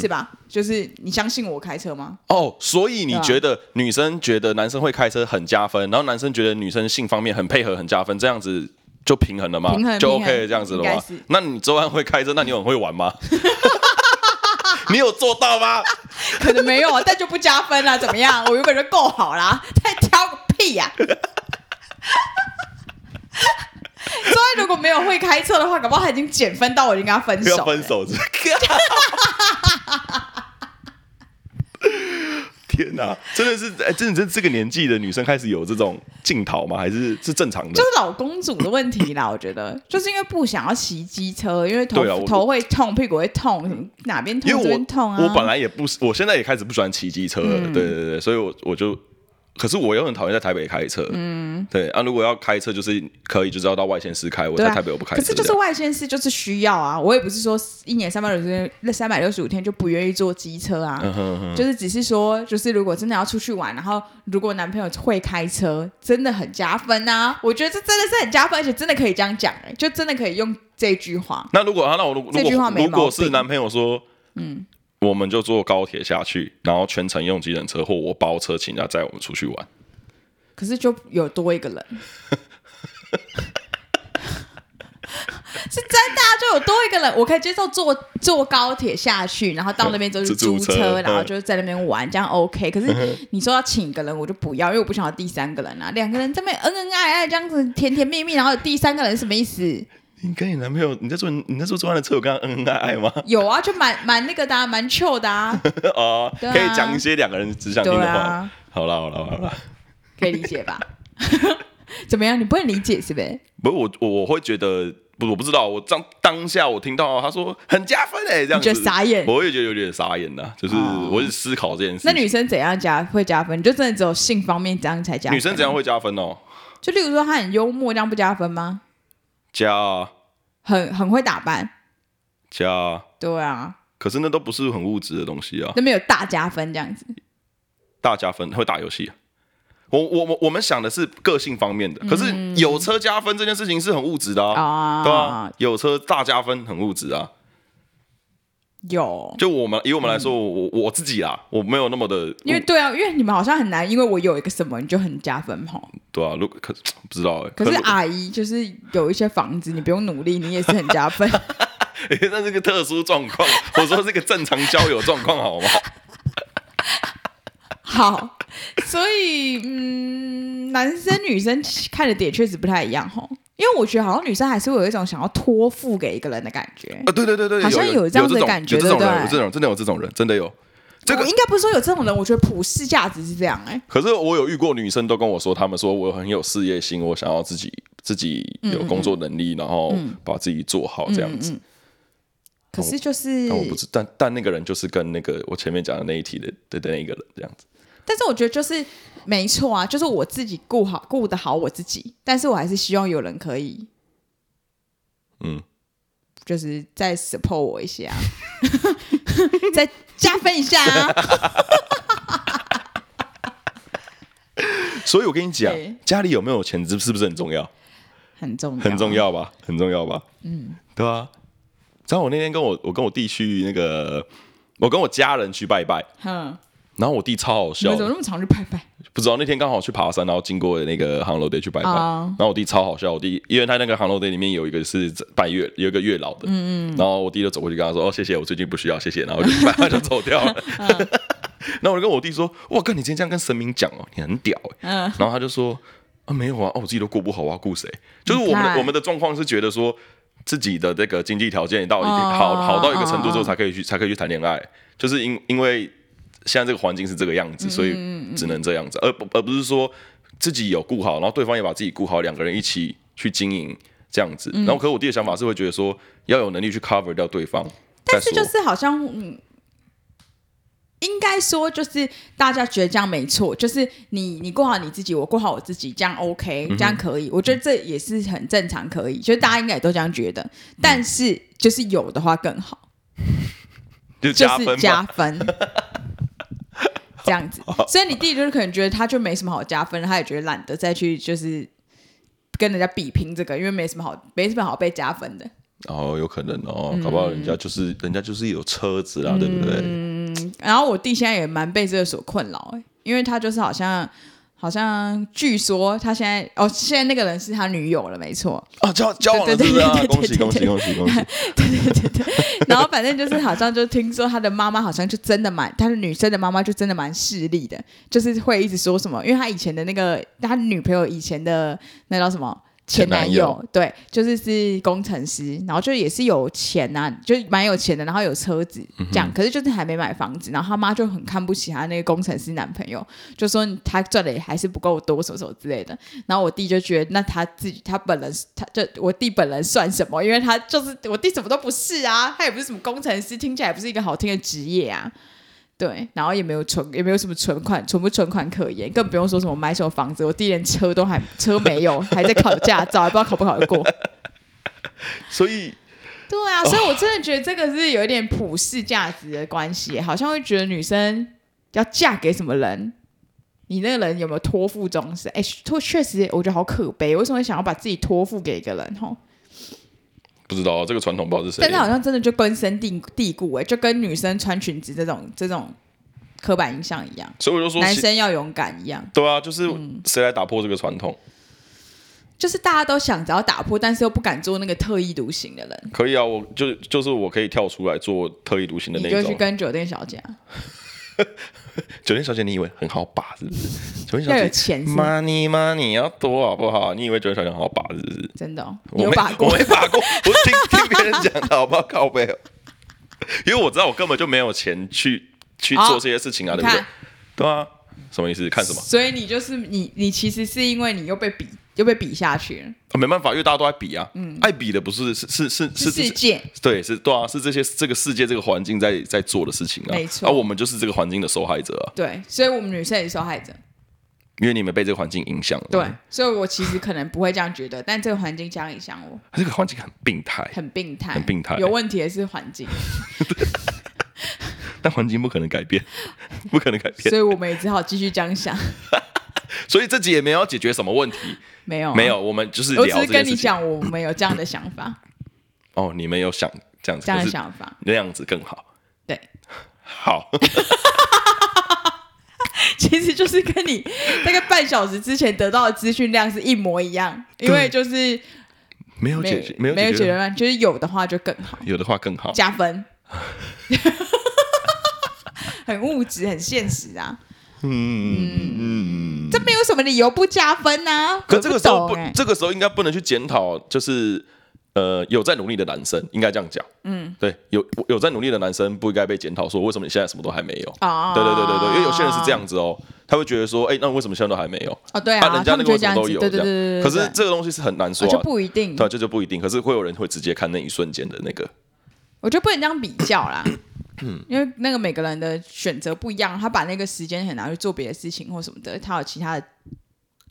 是吧？就是你相信我开车吗？哦，所以啊你觉得女生觉得男生会开车很加分，然后男生觉得女生性方面很配合很加分，这样子就平衡了吗？平衡就平衡 OK 了这样子了应该吗是？那你周安会开车，那你有很会玩 吗？你有做到吗？可能没有啊，但就不加分啦，怎么样？我原本就够好啦， 再挑个屁呀、 所以如果没有会开车的话，搞不好他已经减分到我已经跟他分手了，要分手欸是不是？ 天哪、真的是，哎、真的是这个年纪的女生开始有这种镜头吗？还是是正常的就？是老公主的问题啦。我觉得 就是因为不想要骑机车，因为头、对啊我头会痛，屁股会痛，什么哪边痛因这为我边痛啊。嗯我本来也不是，我现在也开始不喜欢骑机车了，对对对，所以我我就，可是我又很讨厌在台北开车，嗯，对啊，如果要开车就是可以，就是要到外县市开，我对在啊，台北我不开可车是这样，就是外县市就是需要啊，我也不是说一年三百六十那三百六十五天就不愿意坐机车啊，嗯就是只是说，就是如果真的要出去玩，然后如果男朋友会开车，真的很加分啊！我觉得这真的是很加分，而且真的可以这样讲、欸，就真的可以用这句话。那如果啊，那我如这如句话果没如毛果病是男朋友说，嗯，我们就坐高铁下去，然后全程用机人车或我包车，请他载我们出去玩，可是就有多一个人， 是真的啊，就有多一个人，我可以接受坐坐高铁下去，然后到那 边之后就自助租车嗯然后就在那边玩，这样 OK。可是你说要请一个人，我就不要，因为我不想要第三个人啊，两个人这么恩恩爱爱这样子甜甜蜜蜜，然后有第三个人什么意思？你跟你男朋友，你在坐你在坐坐他的车，有跟他恩恩爱爱吗？ 有啊，就蛮蛮那个的、啊，蛮 chill 的啊，哦，对啊可以 讲一些两个人只想听对的话。啊，好啦好啦好啦，可以理解吧？ 怎么样？你不能理解是不是？不是我我我会觉得。不，我不知道。我当当下我听到他说很加分哎、欸，这样你觉子得傻眼我也觉得有点傻眼呐、就是哦我是思考这件事情。那女生怎样加会加分？就真的只有性方面这样才加分？女生怎样？会加分哦？就例如说她很幽默，这样不加分吗？加啊很很会打扮，加啊，对啊，可是那都不是很物质的东西啊。那边有大加分这样子。大加分，会打游戏。啊我我我我们想的是个性方面的，可是嗯有车加分这件事情是很物质的啊，啊，对啊，有车大加分很物质啊。有，就我们以我们来说，我我我自己啦，我没有那么的，嗯因为嗯对啊，因为你们好像很难，因为我有一个什么你就很加分吼。对啊，如可不知道哎，可是能阿姨就是有一些房子，你不用努力，你也是很 加分。那是个特殊状 况，我说是个正常交友状况好吗？好，所以嗯，男生女生看的点确实不太一样吼。因为我觉得好像女生还是会有一种想要托付给一个人的感觉。啊，对对对对，好像有有这样子的种感觉有这种对不人，有对这种真的有这种人，真的有。这个我应该不是说有这种人，我觉得普世价值是这样哎、可是我有遇过女生都跟我说，她们说我很有事业心，我想要自嗯己自己有工作能力，然后把自己做好这样子。可是就是，哦但我不知，但但那个人就是跟那个我前面讲的那一题的的的那一个人这样子，但是我觉得就是没错啊，就是我自己顾好顾得好我自己，但是我还是希望有人可以，嗯，就是再 support 我一下，啊 再加分一下 啊。所以我跟你讲对，家里有没有钱是是不是很重要？很重要，很重。要吧，很重要吧，嗯，对啊。然后我那天跟我我跟我弟去那个，我跟我家人去拜拜，哼，然后我弟超好你笑们的怎么，那么常去拜拜？不知道那天刚好去爬山，然后经过那个航楼 day 去拜拜，啊然后我弟超好笑，我弟因为他那个航楼 day 里面有一个是拜 月有一个月老的，嗯嗯，然后我弟就走过去跟他说：“哦，谢谢，我最近不需要，谢谢。”然后就拜拜就走掉了。 嗯 然后我就跟我弟说：“哇，哥，你今天这样跟神明讲哦，你很屌哎。嗯然后他就说：“啊，没有啊，哦，我自己都过不好，我要顾谁？”就是我你们看的我们的状况是觉得说自己的这个经济条件到一定哦好好到一个程度之哦后，才可以去才可以去谈恋爱，就是因因为现在这个环境是这个样嗯子，所以只能这样子，而不而不是说自己有顾好，然后对方也把自己顾好，两个人一起去经营这样嗯子。然后，可是我弟的想法是会觉得说要有能力去 cover 掉对方，但是再说就是好像，嗯，应该说就是大家觉得这样没错，就是你你过好你自己，我过好我自己，这样嗯 OK，这样可以。我觉得这也是很正常，可以，就是大家应该也都这样觉嗯得。但是就是有的话更好，就就加分是嘛加分。 这样子，所以你弟就是可能觉得他就没什么好加分，他也觉得懒得再去就是跟人家比拼这个，因为没什么好没什么好被加分的。哦，有可能嗯哦，搞不好人家就是、人家就是有车子啦，对不对？然后我弟现在也蛮被这个所困扰、欸，因为他就是好像好像据说他现在哦，现在那个人是他女友了，没错。啊，交交往了是不是啊？对对对对对恭喜恭喜恭喜恭喜！ 然后反正就是好像就听说他的妈妈好像就真的蛮，他的女生的妈妈就真的蛮势利的，就是会一直说什么，因为他以前的那个他女朋友以前的那叫什么？前前男男友友对，就是是工程师，然后就也是有钱呐、啊，就蛮有钱的，然后有车子嗯这样，可是就是还没买房子，然后他妈就很看不起他那个工程师男朋友，就说他赚的也还是不够多，什么什么之类的。然后我弟就觉得，那他自己他本人，他就我弟本人算什么？因为他就是我弟什么都不是啊，他也不是什么工程师，听起来也不是一个好听的职业啊。对，然后也没有存，也没有什么存款，存不存款可言，更不用说什么买什么房子。我弟连车都还车没有， 还在考驾照，还不知道考不考得过。所以对啊，所以我真的觉得这个是有一点普世价值的关系，好像会觉得女生要嫁给什么人，你那个人有没有托付终身？哎，确确实我觉得好可悲，为什么会想要把自己托付给一个人？吼，不知道这个传统不知道是谁但是好像真的就根深蒂蒂固哎，就跟女生穿裙子这种这种刻板印象一样，所以我就说男其生要勇敢一样，对啊，就是嗯谁来打破这个传统？就是大家都想着要打破，但是又不敢做那个特立独行的人。可以啊，我就就是我可以跳出来做特立独行的你那就一去种。跟酒店小姐、啊，酒店小姐，你以为很好把是不是？酒店小要有姐钱是吗？ ，money money 要多好不好？你以为酒店小姐很好把是不是？真的、哦，你我有没把我过没把过，我听 听别人讲的好不好？靠背哦，因为我知道我根本就没有钱去去好做这些事情啊，哦你对不对看？对啊，什么意思？看什么？所以你就是你，你其实是因为你又被比又被比下去了，啊，没办法，因为大家都在比啊。爱比的不是是是是嗯是世界。对，是对啊，是这些这个世界这个环境在在做的事情啊。没错而、我们就是这个环境的受害者啊，对，所以我们女生也是受害者。因为你们被这个环境影响了。啊对，，所以我其实可能不会这样觉得，但这个环境这样影响我，这个环境很病态，很病态，很病态有问题的是环境，但环境不可能改变， 不可能改变所。以我们也只好继续这样想。 所以这集也没有要解决什么问题，没有，啊没，有，我们就是哦我聊只这是件跟你事情。讲，我们有这样的想 法，哦，你们有想这样子，这样可的是想法。那样子更好。对，好，其实就是跟你大概半小时之前得到的资讯量是一模一样，因为就是没有没解决，有没有解解决决，哦方案，就是有的话就更好。有的话更好。加分， 很物质，很现实啊，嗯嗯。这没有什么理由不加分呐、啊。可这个时候我不懂欸，这个时候应该不能去检讨，就是呃有在努力的男生应该这样讲，嗯，对，有有在努力的男生不应该被检讨说为什么你现在什么都还没有。啊，对对对对对，因为有些人是这样子哦，他会觉得说，哎、那为什么现在都还没有？哦，对啊，啊，人家他那们个就为这什么样都子，有对这对对样？对对，可是对这个东西是很难说哦就啊，不一定，对啊，这就不一定。可是会有人会直接看那一瞬间的那个我觉得不能这样比较 啦，因为那个每个人的选择不一样，他把那个时间很难去做别的事情或什么的，他有其他的，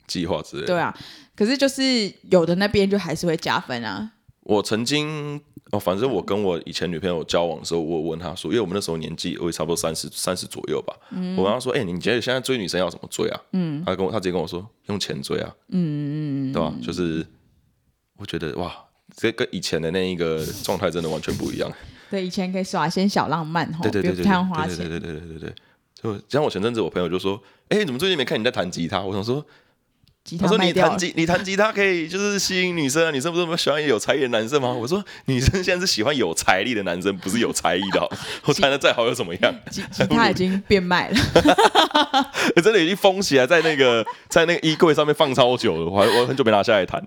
计划之类的。对啊。可是就是有的那边就还是会加分啊，我曾经哦，反正我跟我以前女朋友交往的时候，我有问她说，因为我们那时候年纪我也差不多三十三十左右吧，我跟她说，哎、你觉得现在追女生要怎么追啊？嗯，她跟我她直接跟我说用钱追啊，嗯嗯嗯，对吧？就是我觉得哇，这跟以前的那一个状态真的完全不一样，对，以前可以耍一些小浪漫吼，对对对不对对用太花对钱，对对对对对对。就像我前阵子，我朋友就说：“哎、怎么最近没看你在弹吉他？”我想说，吉他他说卖你掉弹了，吉你弹吉他可以就是吸引女生啊，女生不是喜欢有才艺的男生吗？我说女生现在是喜欢有才力的男生，不是有才艺的 好。我弹的再好又怎么样？ 吉吉他已经变卖了，真的已经封起来，在那个在那个衣柜上面放超久了，我还我很久没拿下来弹。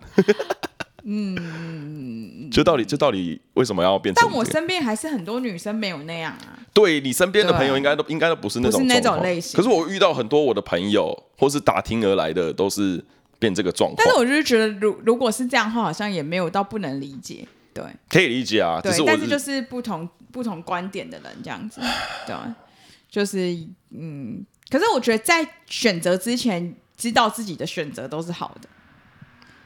嗯， 就到底就到底为什么要变成嗯但这个？我身边还是很多女生没有那样啊，对你身边的朋友对应该都应该都不是那种不是那状种况类型可是我遇到很多我的朋友，或是打听而来的，都是变这个状但是况，我就是觉得如如果是这样的话，好像也没有到不能理解，对。可以理解啊。只对是，我但是就是不同不同观点的人这样子，对，啊就是嗯，可是我觉得在选择之前，知道自己的选择都是好的。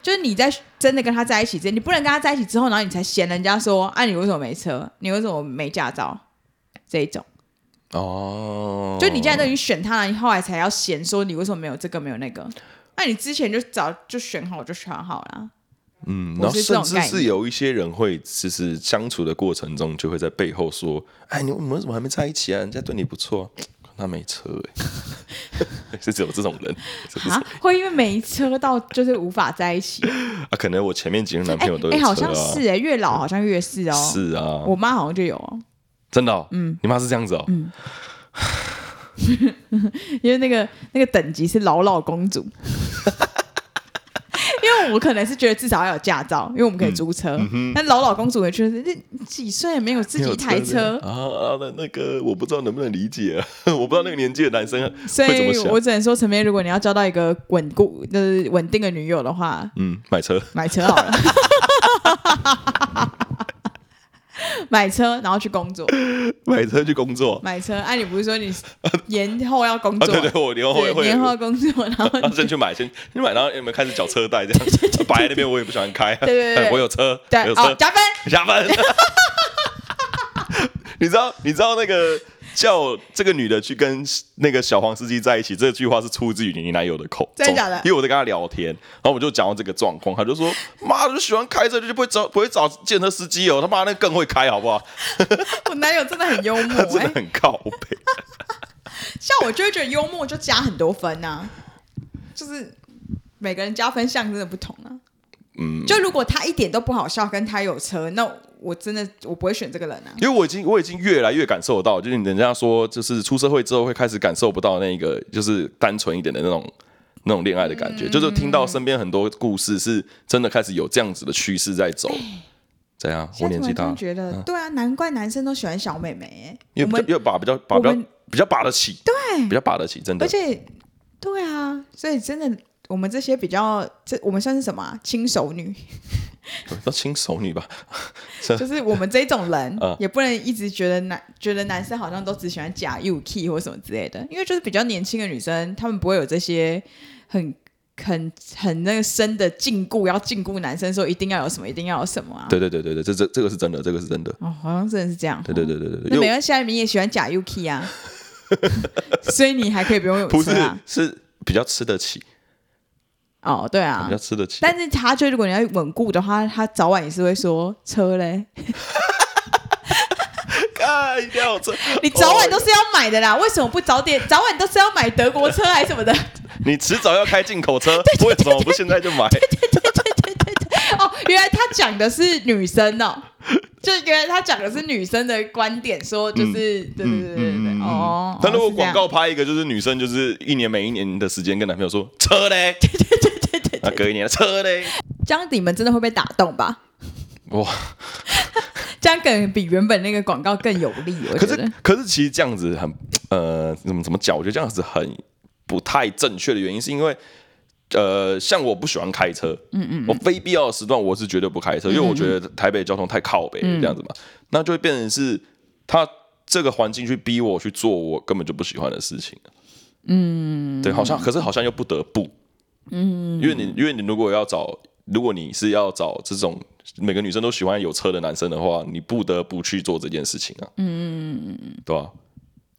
就是你在真的跟他在一起之前，你不能跟他在一起之后，然后你才嫌人家说啊，你为什么没车？你为什么没驾照？这一种，哦，就你既然都已经选他了，你后来才要嫌说你为什么没有这个没有那个？那你之前就早就选好就选好了。啊嗯，我然后是这甚种至概是念有一些人会，其实相处的过程中就会在背后说：“哎，你们为什么还没在一起啊？人家对你不错、啊，他没车哎、 是只有这种人啊，会因为没车到就是无法在一起？啊？可能我前面几任男朋哎友都有哎，车啊，嗯好像是哎，越老好像越是哦。是啊，我妈好像就有哦，真的、哦，嗯，你妈是这样子哦，因为那个那个等级是老老 公主。因为我可能是觉得至少要有驾照，因为我们可嗯以租车。但老老公主也觉得这几岁没有自己一台车，啊啊，那那个我不知道能不能理解、啊， 我不知道那个年纪的男生所会怎么以想我只能说，陈明，如果你要交到一个稳固、就是稳定的女友的话，嗯买车，买车好了， 买车然后去工作，买车去工作买车。哎、你不是说 你年后要工啊，作？对对，我以后会对会年后要工 作，然后然后先去买，先去买，然后你们开始缴车贷，这样 摆在那边我也不喜欢开。对对对 我有车，对我有哦车，加分。加班。 你知道，你知道那个叫这个女的去跟那个小黄司机在一起，这句话是出自于你男友的口中，真的假的因为我在跟他聊天，然后我们就讲到这个状况，他就说：“妈的，就喜欢开车，就不会找不会找建车司机哦，他妈那更会开，好不好？我男友真的很幽默、 他真哎的很靠背。像我就会觉得幽默就加很多分呐、就是每个人加分项真的不同啊。嗯，就如果他一点都不好笑，跟他有车，那我真的我不会选这个人啊。因为我已经我已经越来越感受到，就是人家说，就是出社会之后会开始感受不到那个就是单纯一点的那种那种恋爱的感嗯觉，就是听到身边很多故事是真的开始有这样子的趋势在走。怎样？ 我年纪现在突大然了，觉得、对啊，难怪男生都喜欢小妹妹、哎，因我为们比较因为把比较把比我较们比较把得起，对，比较把得起，真的而。且对啊，所以真的我们这些比较这我们算是什么啊轻、熟女，要亲手女吧， 就是我们这种人嗯，也不能一直觉得男觉得男生好像都只喜欢假 U K 或什么之类的，因为就是比较年轻的女生，她们不会有这些很很很那个深的禁锢，要禁锢男生说一定要有什么，一定要有什么啊。对对对对对，这这这个是真的，这个是真的。哦，好像真的是这样。对对对对对对，那因没为关系啊，你也喜欢假 U K 啊， 所以你还可以不用有不车是啊。是比较吃得起，哦，对比啊较。吃得起。但是他就如果你要稳固的话，他早晚也是会说车嘞，啊，一定要有这，你早晚哦都是要买的啦，为什么不早点？早晚都是要买德国车还是什么的？你迟早要开进口 车，为什么不现在就买？ 哦，原来他讲的是女生哦，就原来他讲的是女生的观点，说嗯就是、对对对对对对，哦。但如果哦是这广样告拍一个，就是女生就是一年每一年的时间跟男朋友说车嘞， 对对对对对，隔一年车嘞，这样，你们真的会被打动吧？哇！这样可能比原本那个广告更有力，我可觉得是。可是其实这样子很呃怎么怎么讲？我觉得这样子很不太正确的原因是因为。呃，像我不喜欢开车，嗯嗯，我非必要的时段我是绝对不开车，因为我觉得台北交通太靠北这样子嘛，那就会变成是他这个环境去逼我去做我根本就不喜欢的事情，嗯，对，好像可是好像又不得不，嗯，因为你因为你如果要找，如果你是要找这种每个女生都喜欢有车的男生的话，你不得不去做这件事情啊，嗯嗯嗯，对吧、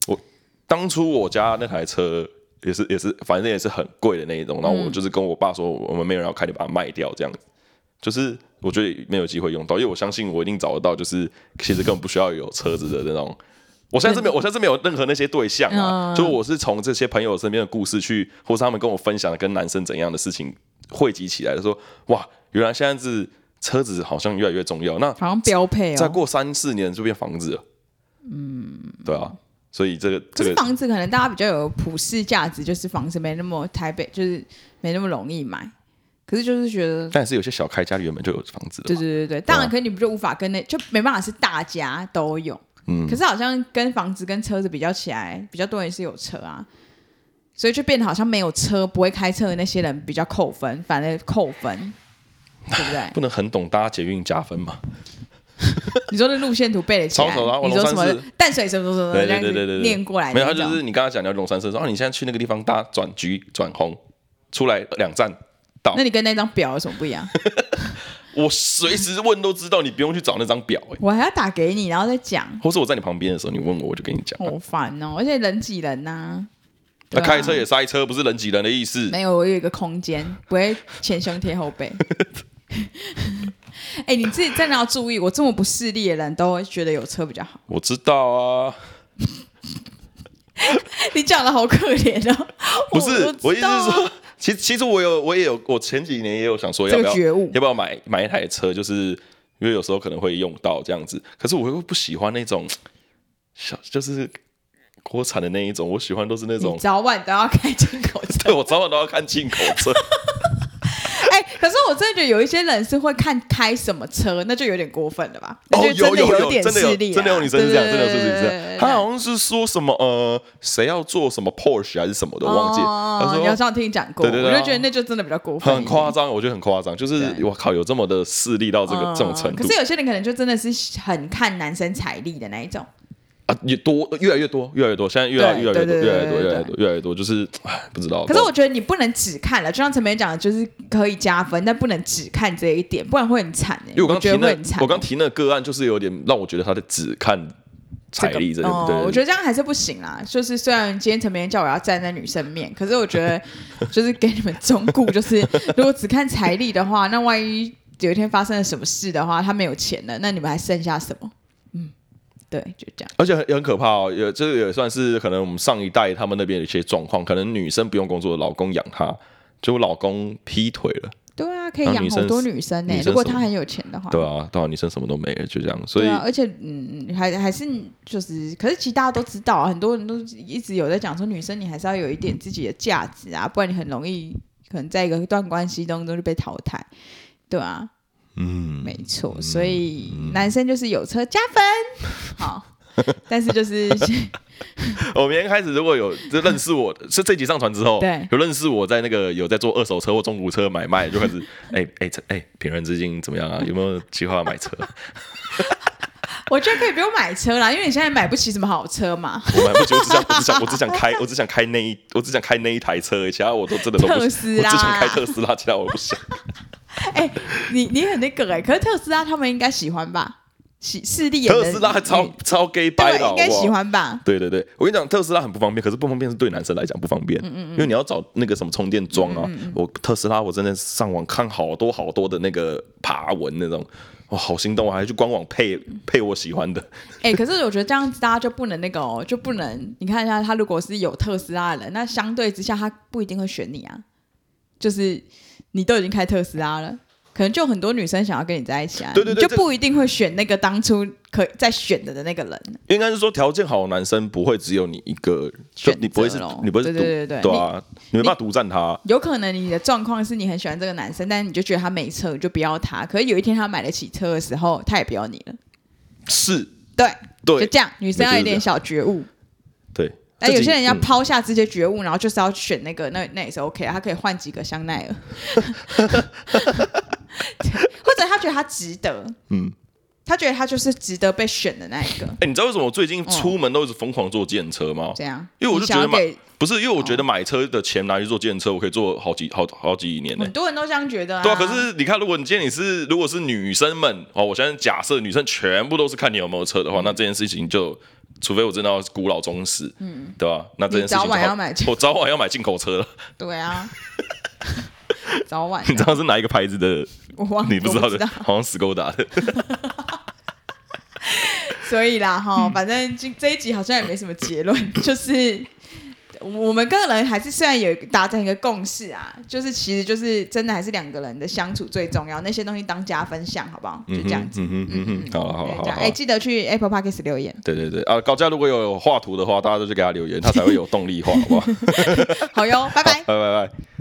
我当初我家那台车也是也是，反正也是很贵的那一种。然后我就是跟我爸说，我们没有人要开，你把它卖掉，这样子。就是我觉得没有机会用到，因为我相信我一定找得到，就是其实根本不需要有车子的那种。我现在是没有，我现在是没有任何那些对象啊，就我是从这些朋友身边的故事去，或是他们跟我分享的跟男生怎样的事情汇集起来的，说哇，原来现在是车子好像越来越重要。那好像标配再哦。过三四年就变房子了，嗯，对啊，所以这个可这是个房子可能大家比较有普世价值，就是房子没那么台北，就是没那么容易买。可是就是觉得，但也是有些小开家里原本就有房子的对嘛，对对对，当然，可是你不就无法跟那就没办法是大家都有。嗯可是好像跟房子跟车子比较起来，比较多人是有车啊，所以就变得好像没有车、不会开车的那些人比较扣分，反而扣分，对不对？ 不能很懂搭捷运加分嘛？你说的路线图背得起来，超手啊我你说龙什么山寺淡水什么什么什么对这对样对对对，子念过来没那有，种，他就是你刚刚讲你要龙山寺说，哦，你现在去那个地方搭转橘转红，出来两站到那，你跟那张表有什么不 一样？我随时问都知道，你不用去找那张表哎、我还要打给你，然后再讲，或是我在你旁边的时候，你问我，我就跟你讲。好烦哦！而且人挤人呐、那对啊开车也塞车，不是人挤人的意思。没有，我有一个空间，不会前胸贴后 背。哎、你自己真的要注意，我这么不势利的人都会觉得有车比较好。我知道啊，你讲的好可怜哦，不是我，我我意思知道啊是说， 其实其实我有，我也有，我前几年也有想说要这不个要觉悟要不要买买一台车，就是因为有时候可能会用到这样子。可是我又不喜欢那种小，就是国产的那一种，我喜欢都是那你种，早晚都要开进口 车。对我早晚都要看进口 车。哎、可是我真的觉得有一些人是会看开什么车，那就有点过分了吧？哦，那有就真的有点真的势有，力、啊真的有女生是这样，真的有是这样。他好，好像是说什么呃，谁要做什么 Porsche 还是什么的，我忘记。哦他你要说上听讲过，对对对我啊就觉得那就真的比较过分一很点，夸张，我觉得很夸张，就是对我靠，有这么的势力到这个嗯这种程度可是有些人可能就真的是很看男生财力的那一种，啊，也多越来越多，越来越多，现在越来对越来越多，对对越来越对多，对越来越多，越来越多，就是唉，不知道。可是我觉得你不能只看了，就像陈梅讲的，就是可以加分，但不能只看这一点，不然会很惨哎、因为我刚觉提那得会很惨。我刚提那个个案，就是有点让我觉得他的只看财个力这哦个，对，我觉得这样还是不行啦。就是虽然今天陈明叫我要站在女生面，可是我觉得就是给你们忠告，就是如果只看财力的话，那万一有一天发生了什么事的话，他没有钱了，那你们还剩下什么？嗯，对，就这样。而且很也很可怕哦，也这个也算是可能我们上一代他们那边的一些状况，可能女生不用工作，老公养她，结果老公劈腿了，对啊，可以然后养女好生多女生呢、女生如果什么他很有钱的话，对啊，对啊，女生什么都没了，就这样，所以对啊，而且嗯，嗯还还是就是，可是其实大家都知道啊，很多人都一直有在讲说，女生你还是要有一点自己的价值啊，不然你很容易可能在一个段关系当中就被淘汰，对啊，嗯，没错，所以男生就是有车加分，嗯好，但是就是 我明天开始如果有就认识我，是这集上传之后，对有认识我在那个有在做二手车或中古车买卖，就开始， 哎哎这哎，评论最近怎么样啊？有没有计划买车？ 我觉得可以不用买车啦，因为你现在买不起什么好车嘛，我买不起，我只想我只想我只想开我只想开那一我只想开那一台车，其他我都真的都不特想，斯我拉只想开特斯拉，其他我不想。哎、你你很那个哎、可是特斯拉他们应该喜欢吧，喜势力也特能斯拉超超 gay 掰对的，应该好不好喜欢吧。对对对，我跟你讲，特斯拉很不方便，可是不方便是对男生来讲不方便，嗯因为你要找那个什么充电桩啊。我特斯拉我真的上网看好多好多的那个爬文那种，哇，好心动，我还去官网配配我喜欢的。 哎、可是我觉得这样子大家就不能那个哦，就不能你看一下他如果是有特斯拉的人，那相对之下他不一定会选你啊。就是你都已经开特斯拉了，可能就很多女生想要跟你在一起啊，对对对你这就不一定会选那个当初可再选的的那个人。应该是说条件好的男生不会只有你一个，就选择你不会是咯，你不会是独对对对对啊，你没办法独占他。有可能你的状况是你很喜欢这个男生，但是你就觉得他没车，你就不要他。可是有一天他买得起车的时候，他也不要你了。是，对，就对这样，女生要有我觉得是这样点小觉悟。对，那这哎有几些人要嗯抛下这些觉悟，然后就是要选那个，那那也是 OK，的他可以换几个香奈儿， 对或者他觉得他值得，嗯，他觉得他就是值得被选的那一个，哎，你知道为什么我最嗯近出门都一直疯狂坐电车吗？这样，因为我就你觉想得哎要买给不是，因为我哦觉得买车的钱拿去坐电车，我可以坐好几好好几年呢、很多人都这样觉得、对啊，可是你看，如果你今天你是如果是女生们哦，我现在假设女生全部都是看你有没有车的嗯话，那这件事情就，除非我真的要孤老终死，嗯，对吧？那这件事情你早晚就好要买我早晚要买进口车了。 对啊， 早晚你知的道是哪一个牌子的？我忘你不知哦我道知的，好像 Skoda 的。所以啦，哈，嗯反正这这一集好像也没什么结论， 就是我们个人还是虽然有达成一个共识啊，就是其实就是真的还是两个人的相处最重要，那些东西当加分项，好不好？就这样子。嗯哼嗯哼，好了好了对好这了样好哎，了。记得去 Apple Podcast 留言，对对对啊，高嘉如果 有画图的话，大家都去给他留言，他才会有动力画，好不好？好哟，拜拜。拜拜拜。